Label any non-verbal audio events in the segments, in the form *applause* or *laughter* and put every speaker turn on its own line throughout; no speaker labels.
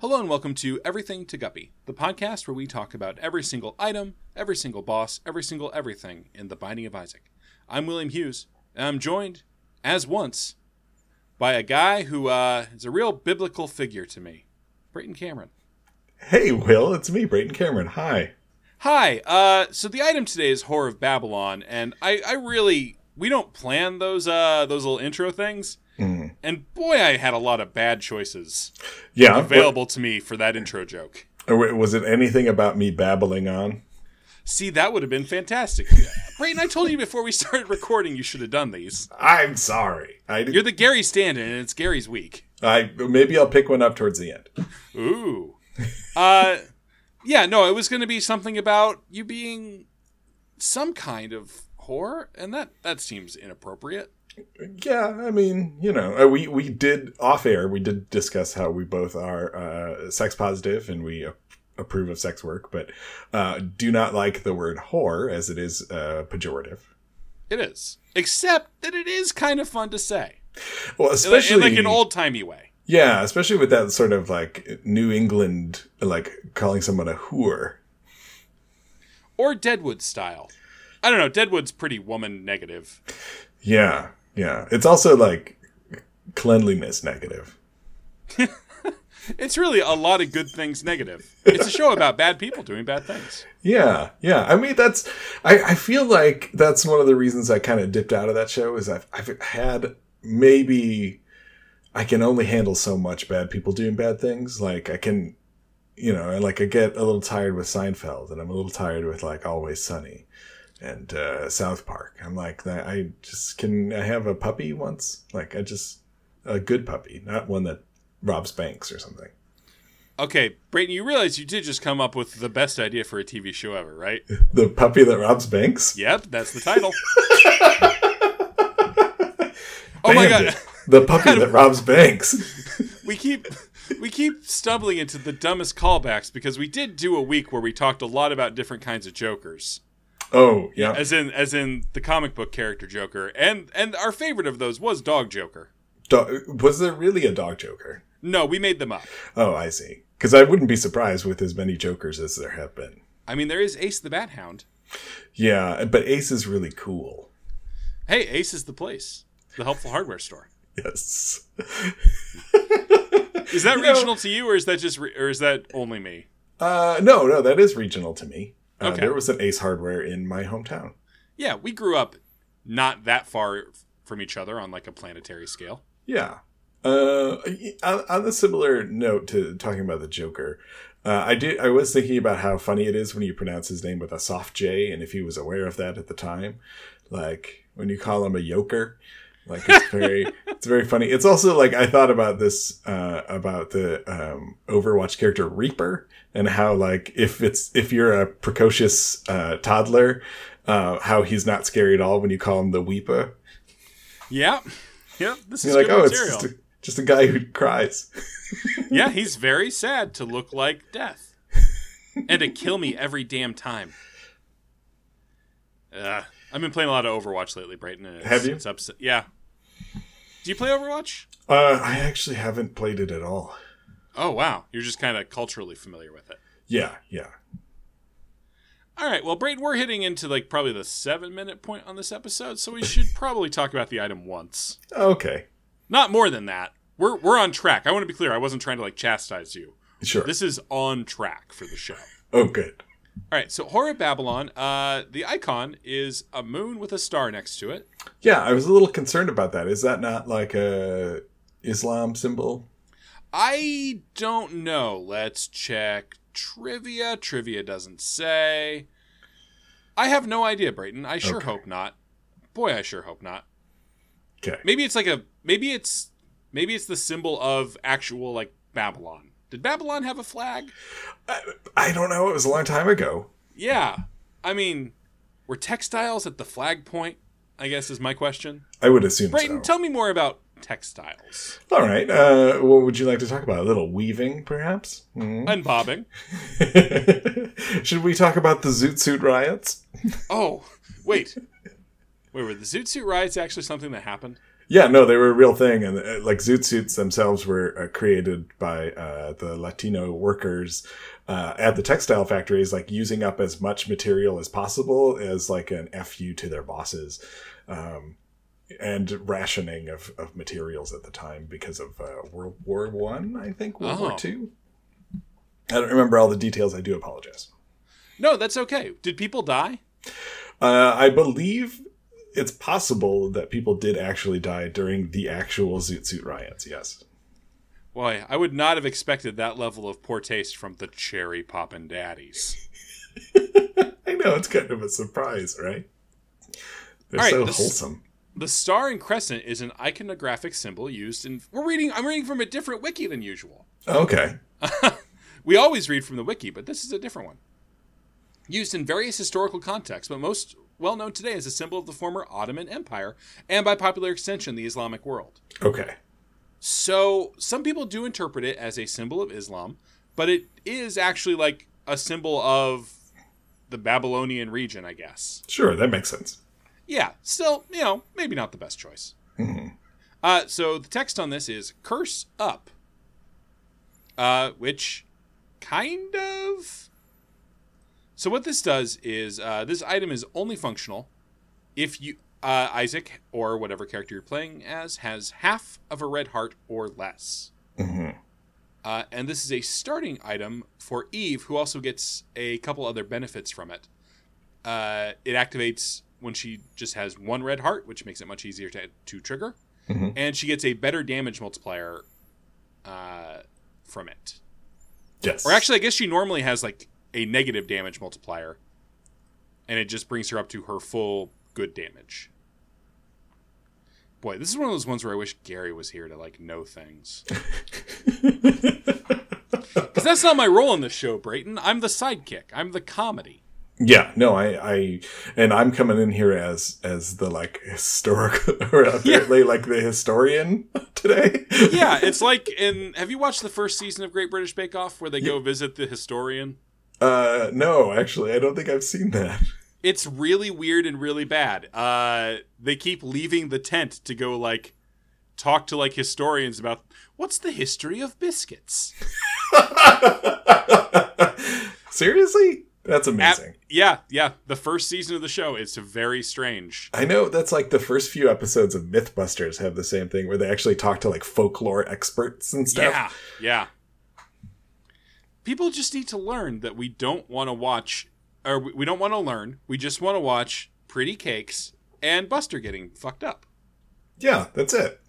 Hello and welcome to Everything to Guppy, the podcast where we talk about every single item, every single boss, every single everything in The Binding of Isaac. I'm William Hughes, and I'm joined, as once, by a guy who uh, is a real biblical figure to me, Brayton Cameron.
Hey, Will, it's me, Brayton Cameron. Hi.
Hi. Uh, so the item today is Horror of Babylon, and I, I really we don't plan those uh those little intro things.
Mm.
And boy, I had a lot of bad choices
Yeah,
available to me for that intro joke.
wa- wa- was it anything about me babbling on?
See, that would have been fantastic. Brayton, I told you before we started recording you should have done these.
I'm sorry. I
You're
did.
the Gary Stanton, and it's Gary's week.
I maybe I'll pick one up towards the end.
Ooh. Uh, yeah, no, it was going to be something about you being some kind of whore, and that, that seems inappropriate.
Yeah, I mean, you know, uh, we we did off air. We did discuss how we both are uh, sex positive and we a- approve of sex work, but uh, do not like the word whore as it is uh, pejorative.
It is. Except that it is kind of fun to say.
Well,
In like-
especially
in like an old timey way.
yeah, especially with that sort of like New England, like calling someone a whore.
Or Deadwood style. I don't know. Deadwood's pretty woman negative.
Yeah, yeah. It's also like cleanliness negative.
It's really a lot of good things negative. It's a show about bad people doing bad things.
Yeah, yeah. I mean, that's. I, I feel like that's one of the reasons I kind of dipped out of that show is I've I've had maybe I can only handle so much bad people doing bad things. Like I can, you know, and like I get a little tired with Seinfeld, and I'm a little tired with like Always Sunny, and uh, South Park. I'm like I I just can. I have a puppy once. Like I just a good puppy, not one that robs banks or something.
Okay, Brayton, you realize you did just come up with the best idea for a TV show ever,
*laughs*
right?
The puppy that robs banks.
Yep, that's the
*laughs*
title. oh my god,
Bandit. The
*laughs*
puppy that robs banks.
we keep we keep stumbling into the dumbest callbacks because we did do a week where we talked a lot about different kinds of jokers,
Oh, yeah.
as in as in the comic book character Joker, and and our favorite of those was Dog Joker.
Do- was there really a dog joker?
No, we made them up.
Oh, I see. Because I wouldn't be surprised with as many jokers as there have been.
I mean, there is Ace the Bat Hound.
Yeah, but Ace is really cool.
Hey, Ace is the place, the helpful hardware store.
Yes.
Is that
*laughs* You know-
regional to you, or is that just re- or is that only me?
Uh, no, no, that is regional to me. Uh,
Okay.
There was an Ace Hardware in my hometown.
Yeah, we grew up not that far from each other on like a planetary scale.
Yeah. Uh, on, on a similar note to talking about the Joker, uh, I did. I was thinking about how funny it is when you pronounce his name with a soft J, and if he was aware of that at the time, like when you call him a yoker, like it's very,
*laughs*
it's very funny. It's also like I thought about this uh, about the um, Overwatch character Reaper and how like if it's if you're a precocious uh, toddler, uh, how he's not scary at all when you call him the Weeper.
Yeah. *laughs* Yeah, this is
You're like,
good
oh, it's
material.
just a, just a guy who cries. *laughs*
yeah, he's very sad to look like death. and to kill me every damn time. Uh, I've been playing a lot of Overwatch lately, Brayton. and it's-
Have you?
It's upset. Yeah. Do you play Overwatch?
Uh, I actually haven't played it at all.
Oh, wow. You're just kind of culturally familiar with it.
Yeah, yeah.
All right. Well, Brayton, we're hitting into like probably the seven minute point on this episode, so we should probably talk about the item once.
Okay,
Not more than that. We're we're on track. I want to be clear. I wasn't trying to like chastise you.
sure.
This is on track for the show.
oh, good.
All right. So horror Babylon. Uh, the icon is a moon with a star next to it.
Yeah, I was a little concerned about that. Is that not like a Islam symbol?
I don't know. Let's check trivia. Trivia doesn't say. I have no idea, Brayton. I sure
Okay.
hope not. Boy, I sure hope not.
Okay.
Maybe it's like a maybe it's maybe it's the symbol of actual like Babylon. Did Babylon have a flag?
I, I don't know. It was a long time ago.
Yeah. I mean, were textiles at the flag point? I guess is my question.
I would assume
Brayton,
so.
tell me more about textiles.
all right. Uh, what would you like to talk about? A little weaving, perhaps? Hmm. *laughs*
Unbobbing.
Should we talk about the Zoot Suit riots?
Oh, wait. Wait, were the Zoot Suit riots actually something that happened?
Yeah, no, they were a real thing, and uh, like zoot suits themselves were uh, created by uh, the Latino workers uh, at the textile factories, like using up as much material as possible as like an fu to their bosses, um, and rationing of, of materials at the time because of uh, World War One, I, think World
Oh.
War Two. I don't remember all the details. I do apologize.
No, that's okay. Did people die?
Uh, I believe it's possible that people did actually die during the actual Zoot Suit riots. Yes.
Boy, I would not have expected that level of poor taste from the cherry poppin' daddies.
I know it's kind of a surprise, right? They're
All right,
so
this-
wholesome.
The star and crescent is an iconographic symbol used in. We're reading. I'm reading from a different wiki than usual.
Okay.
We always read from the wiki, but this is a different one. Used in various historical contexts, but most well known today as a symbol of the former Ottoman Empire and by popular extension, the Islamic world.
Okay.
So some people do interpret it as a symbol of Islam, but it is actually like a symbol of the Babylonian region, I guess.
Sure, that makes sense.
Yeah, still, you know, maybe not the best choice.
Mhm.
Uh, so the text on this is curse up, uh, which kind of. So what this does is uh, this item is only functional if you uh, Isaac or whatever character you're playing as has half of a red heart or less.
Mhm.
Uh, and this is a starting item for Eve, who also gets a couple other benefits from it. Uh, it activates when she just has one red heart, which makes it much easier to, to trigger.
Mhm.
And she gets a better damage multiplier uh, from it.
Yes.
Or actually, I guess she normally has like a negative damage multiplier, and it just brings her up to her full good damage. Boy, this is one of those ones where I wish Gary was here to like know things. Because that's not my role in the show, Brayton. I'm the sidekick. I'm the comedy.
yeah, no, I, I, and I'm coming in here as as the like historical, *laughs* or apparently like the historian *laughs* today.
Yeah, it's like in. Have you watched the first season of Great British Bake Off where they go visit the historian?
*laughs* Uh, no, actually, I don't think I've seen that. *laughs*
It's really weird and really bad. Uh, they keep leaving the tent to go like talk to like historians about what's the history of biscuits.
Seriously? That's
Ab-
amazing.
yeah, yeah. The first season of the show is very strange.
I know that's like the first few episodes of Mythbusters have the same thing where they actually talk to like folklore experts and stuff.
Yeah, yeah. People just need to learn that we don't want to watch, or we we don't want to learn. We just want to watch pretty cakes and Buster getting fucked up.
Yeah, that's it.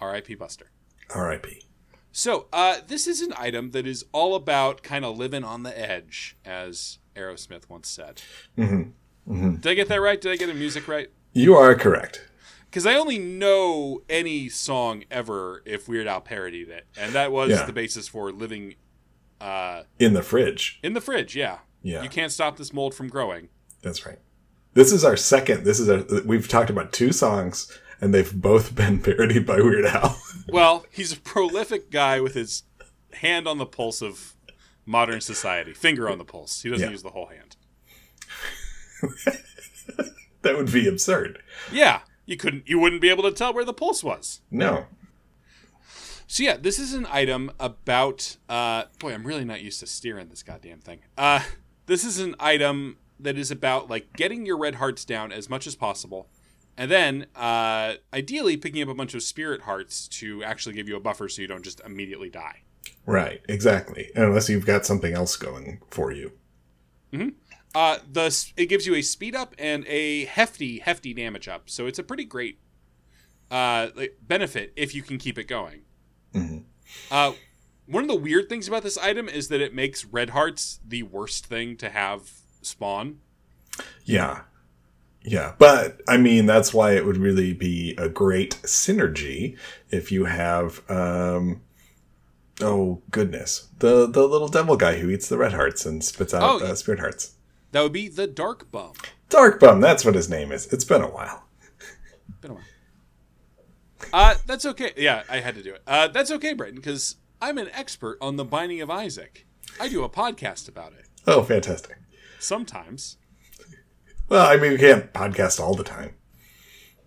R.I.P. Buster.
R.I.P.
So, uh, this is an item that is all about kind of living on the edge, as Aerosmith once said.
Mm-hmm. Mm-hmm.
Did I get that right? Did I get the music right?
You are correct.
Because I only know any song ever if Weird Al parodied it, and that was
Yeah.
the basis for living uh,
In the fridge.
in the fridge. Yeah,
Yeah,
you can't stop this mold from growing.
that's right. This is our second. This is our. We've talked about two songs, and they've both *laughs* been parodied by Weird Al. *laughs*
Well, he's a prolific guy with his hand on the pulse of modern society, finger on the pulse. He doesn't
Yeah.
use the whole hand.
that would be absurd.
Yeah, you couldn't, you wouldn't be able to tell where the pulse was.
No.
So yeah, this is an item about. Uh, boy, I'm really not used to steering this goddamn thing. Uh, this is an item that is about like getting your red hearts down as much as possible, and then uh, ideally picking up a bunch of spirit hearts to actually give you a buffer so you don't just immediately die.
Right. Exactly. Unless you've got something else going for you.
Uh, the s- it gives you a speed up and a hefty, hefty damage up. So it's a pretty great uh, like, benefit if you can keep it going.
Mhm.
Uh, one of the weird things about this item is that it makes red hearts the worst thing to have spawn.
Yeah. Yeah. But I mean, that's why it would really be a great synergy if you have, um, oh goodness, the, the little devil guy who eats the red hearts and spits out
Oh, yeah.
uh, spirit hearts.
That would be the dark bum.
Dark Bum, that's what his name is. It's been a while.
Been a while. Uh, that's okay. Yeah, I had to do it. Uh, that's okay, Brayton, because I'm an expert on the binding of Isaac. I do a podcast about it
Oh, fantastic.
sometimes.
Well, I mean, we can't podcast all the time.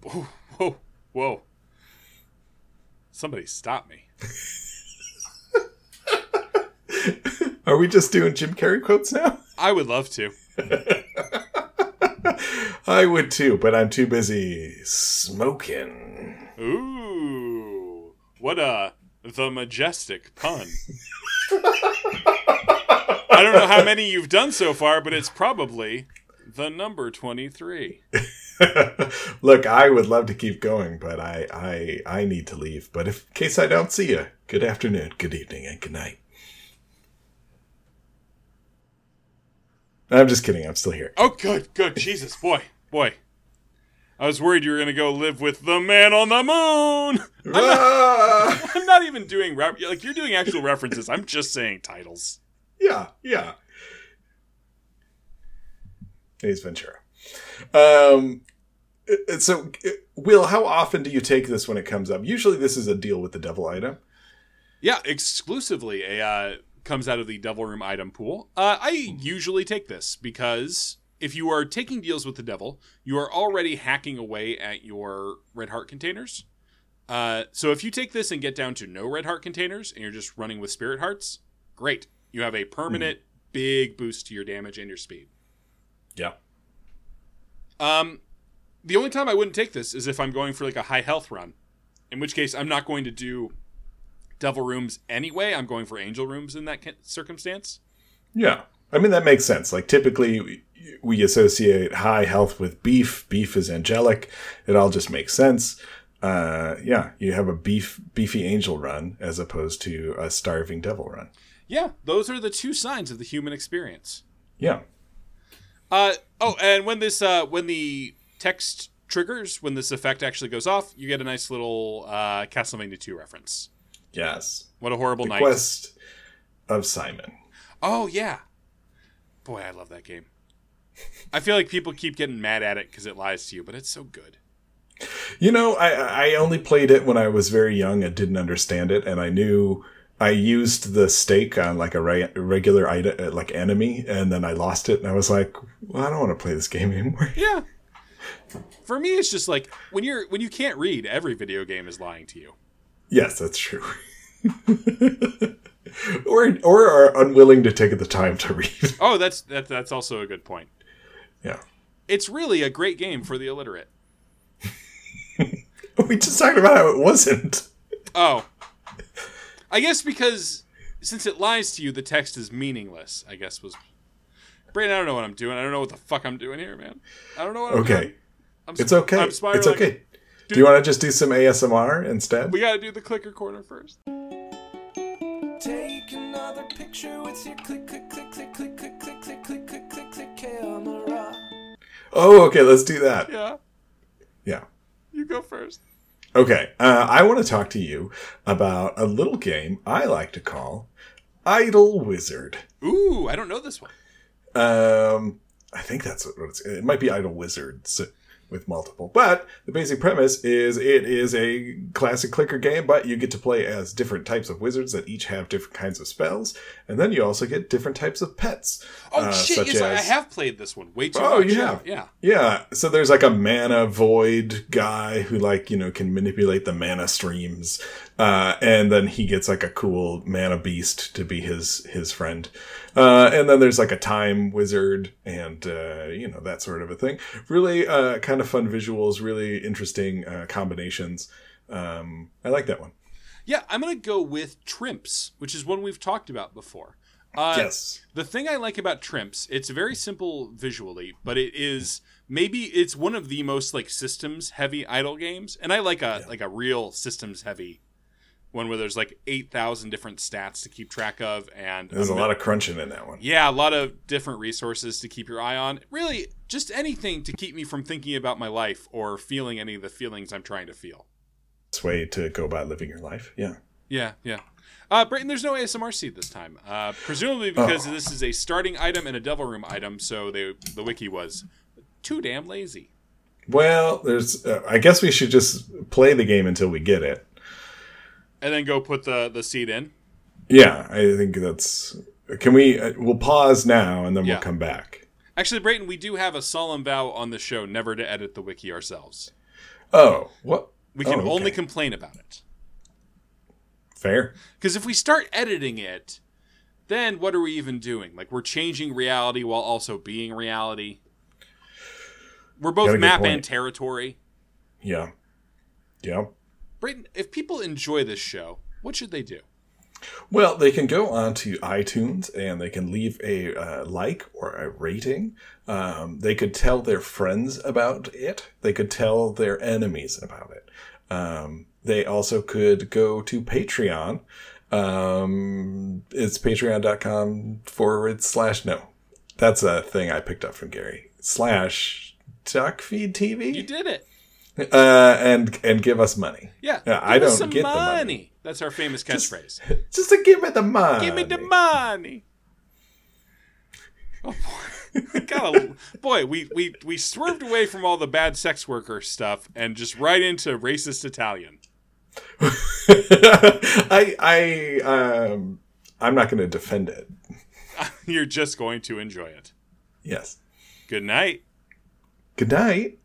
Whoa, Whoa. Somebody stop me.
Are we just doing Jim Carrey quotes now? *laughs*
I would love to.
I would too, but I'm too busy smoking.
Ooh. What a the majestic pun. I don't know how many you've done so far, but it's probably the number 23.
*laughs* Look, I would love to keep going, but I, I, I need to leave. But if, in case I don't see you, good afternoon, good evening, and good night. I'm just kidding. I'm still here.
Oh, good, good. Jesus, boy, boy. I was worried you were going to go live with the man on the moon. I'm not,
Ah!
I'm not even doing, rep- like, you're doing actual references. I'm just saying titles.
yeah, yeah. He's Ventura. Um, uh, so, uh, Will, how often do you take this when it comes up? Usually, this is a deal with the devil item.
Yeah, exclusively a uh, comes out of the Devil Room item pool. Uh, I usually take this because if you are taking deals with the devil, you are already hacking away at your red heart containers. Uh, so if you take this and get down to no red heart containers and you're just running with spirit hearts, great. You have a permanent big boost to your damage and your speed.
Yeah.
Um, the only time I wouldn't take this is if I'm going for like a high health run, in which case I'm not going to do devil rooms anyway. I'm going for angel rooms in that ca- circumstance.
Yeah. I mean, that makes sense. Like, typically, we, we associate high health with beef. Beef is angelic. It all just makes sense. Uh, yeah, you have a beef, beefy angel run as opposed to a starving devil run.
Yeah, those are the two signs of the human experience.
Yeah.
Uh, oh, and when this uh, when the text triggers, when this effect actually goes off, you get a nice little uh, Castlevania 2 reference.
Yes.
What a horrible night.
Quest of Simon.
Oh yeah, boy, I love that game. I feel like people keep getting mad at it because it lies to you, but it's so good.
You know, I I only played it when I was very young and didn't understand it, and I knew I used the stake on like a re- regular item, like enemy, and then I lost it, and I was like, well, I don't want to play this *laughs* game anymore.
Yeah. For me, it's just like when you're when you can't read, every video game is lying to you.
yes, that's true. *laughs* or or are unwilling to take the time to read. *laughs*
Oh, that's that, that's also a good point.
yeah,
It's really a great game for the illiterate.
we just talked about how it wasn't.
Oh, I guess because since it lies to you, the text is meaningless. I guess was. Brandon, I don't know what I'm doing. I don't know what the fuck I'm doing here, man. I don't know what I'm doing.
Okay,
I'm,
it's okay.
I'm
It's
spiraling.
okay. Do you want to just do some ASMR instead?
We gotta do the clicker corner first.
Take another picture with your click click click click click click click click click click click click camera.
oh, okay. Let's do that.
Yeah,
yeah.
you go first.
Okay, uh, I want to talk to you about a little game I like to call Idle Wizard.
Ooh, I don't know this one.
Um, I think that's what it's. It might be Idle Wizards with multiple, but the basic premise is it is a classic clicker game, but you get to play as different types of wizards that each have different kinds of spells, and then you also get different types of pets.
Oh
uh,
shit!
such
Yes, I I
as-
have played this one way too
Oh,
much.
you have?
yeah.
Yeah, so there's like a mana void guy who like, you know, can manipulate the mana streams. Uh and then he gets like a cool mana beast to be his his friend. Uh and then there's like a time wizard and uh you know, that sort of a thing. Really uh kind of fun visuals, really interesting uh combinations. Um I like that one.
Yeah, I'm going to go with Trimps, which is one we've talked about before. Uh,
yes.
The thing I like about Trimps, it's very simple visually, but it is maybe it's one of the most like systems heavy idle games, and I like a like a real systems heavy one where there's like eight thousand different stats to keep track of, and
There's a lot of crunching in that one.
yeah, a lot of different resources to keep your eye on. Really, just anything to keep me from thinking about my life or feeling any of the feelings I'm trying to feel.
It's way to go by living your life. Yeah.
Yeah, yeah. Uh, Brayton, there's no ASMR seed this time, uh, presumably because
Oh.
this is a starting item and a devil room item. So they, the wiki was too damn lazy.
Well, there's uh, I guess we should just play the game until we get it.
And then go put the the seed in.
Yeah, I think that's. Can we? Uh, we'll pause now and then
Yeah.
we'll come back.
Actually, Brayton, we do have a solemn vow on the show never to edit the wiki ourselves.
Oh, what?
We can
Oh, okay.
only complain about it.
Fair.
Because if we start editing it, then what are we even doing? Like we're changing reality while also being reality. We're
Got a
both
good
map
point.
and territory.
Yeah. Yeah.
Brayden, if people enjoy this show, what should they do?
Well, they can go on to iTunes and they can leave a uh, like or a rating. Um, they could tell their friends about it. They could tell their enemies about it. Um, they also could go to Patreon. Um, it's patreon.com forward slash no. That's a thing I picked up from Gary. Slash Duckfeed TV?
You did it.
Uh, and, and give us money.
Yeah.
Yeah, I
Give us
don't
some
get the
money.
money.
That's our famous catchphrase.
*laughs* Just to give me the money.
Give me the money. Oh boy. *laughs* We Gotta, boy, we, we we swerved away from all the bad sex worker stuff and just right into racist Italian.
*laughs* I I um I'm not going to defend it.
You're just going to enjoy it.
Yes.
Good night.
Good night.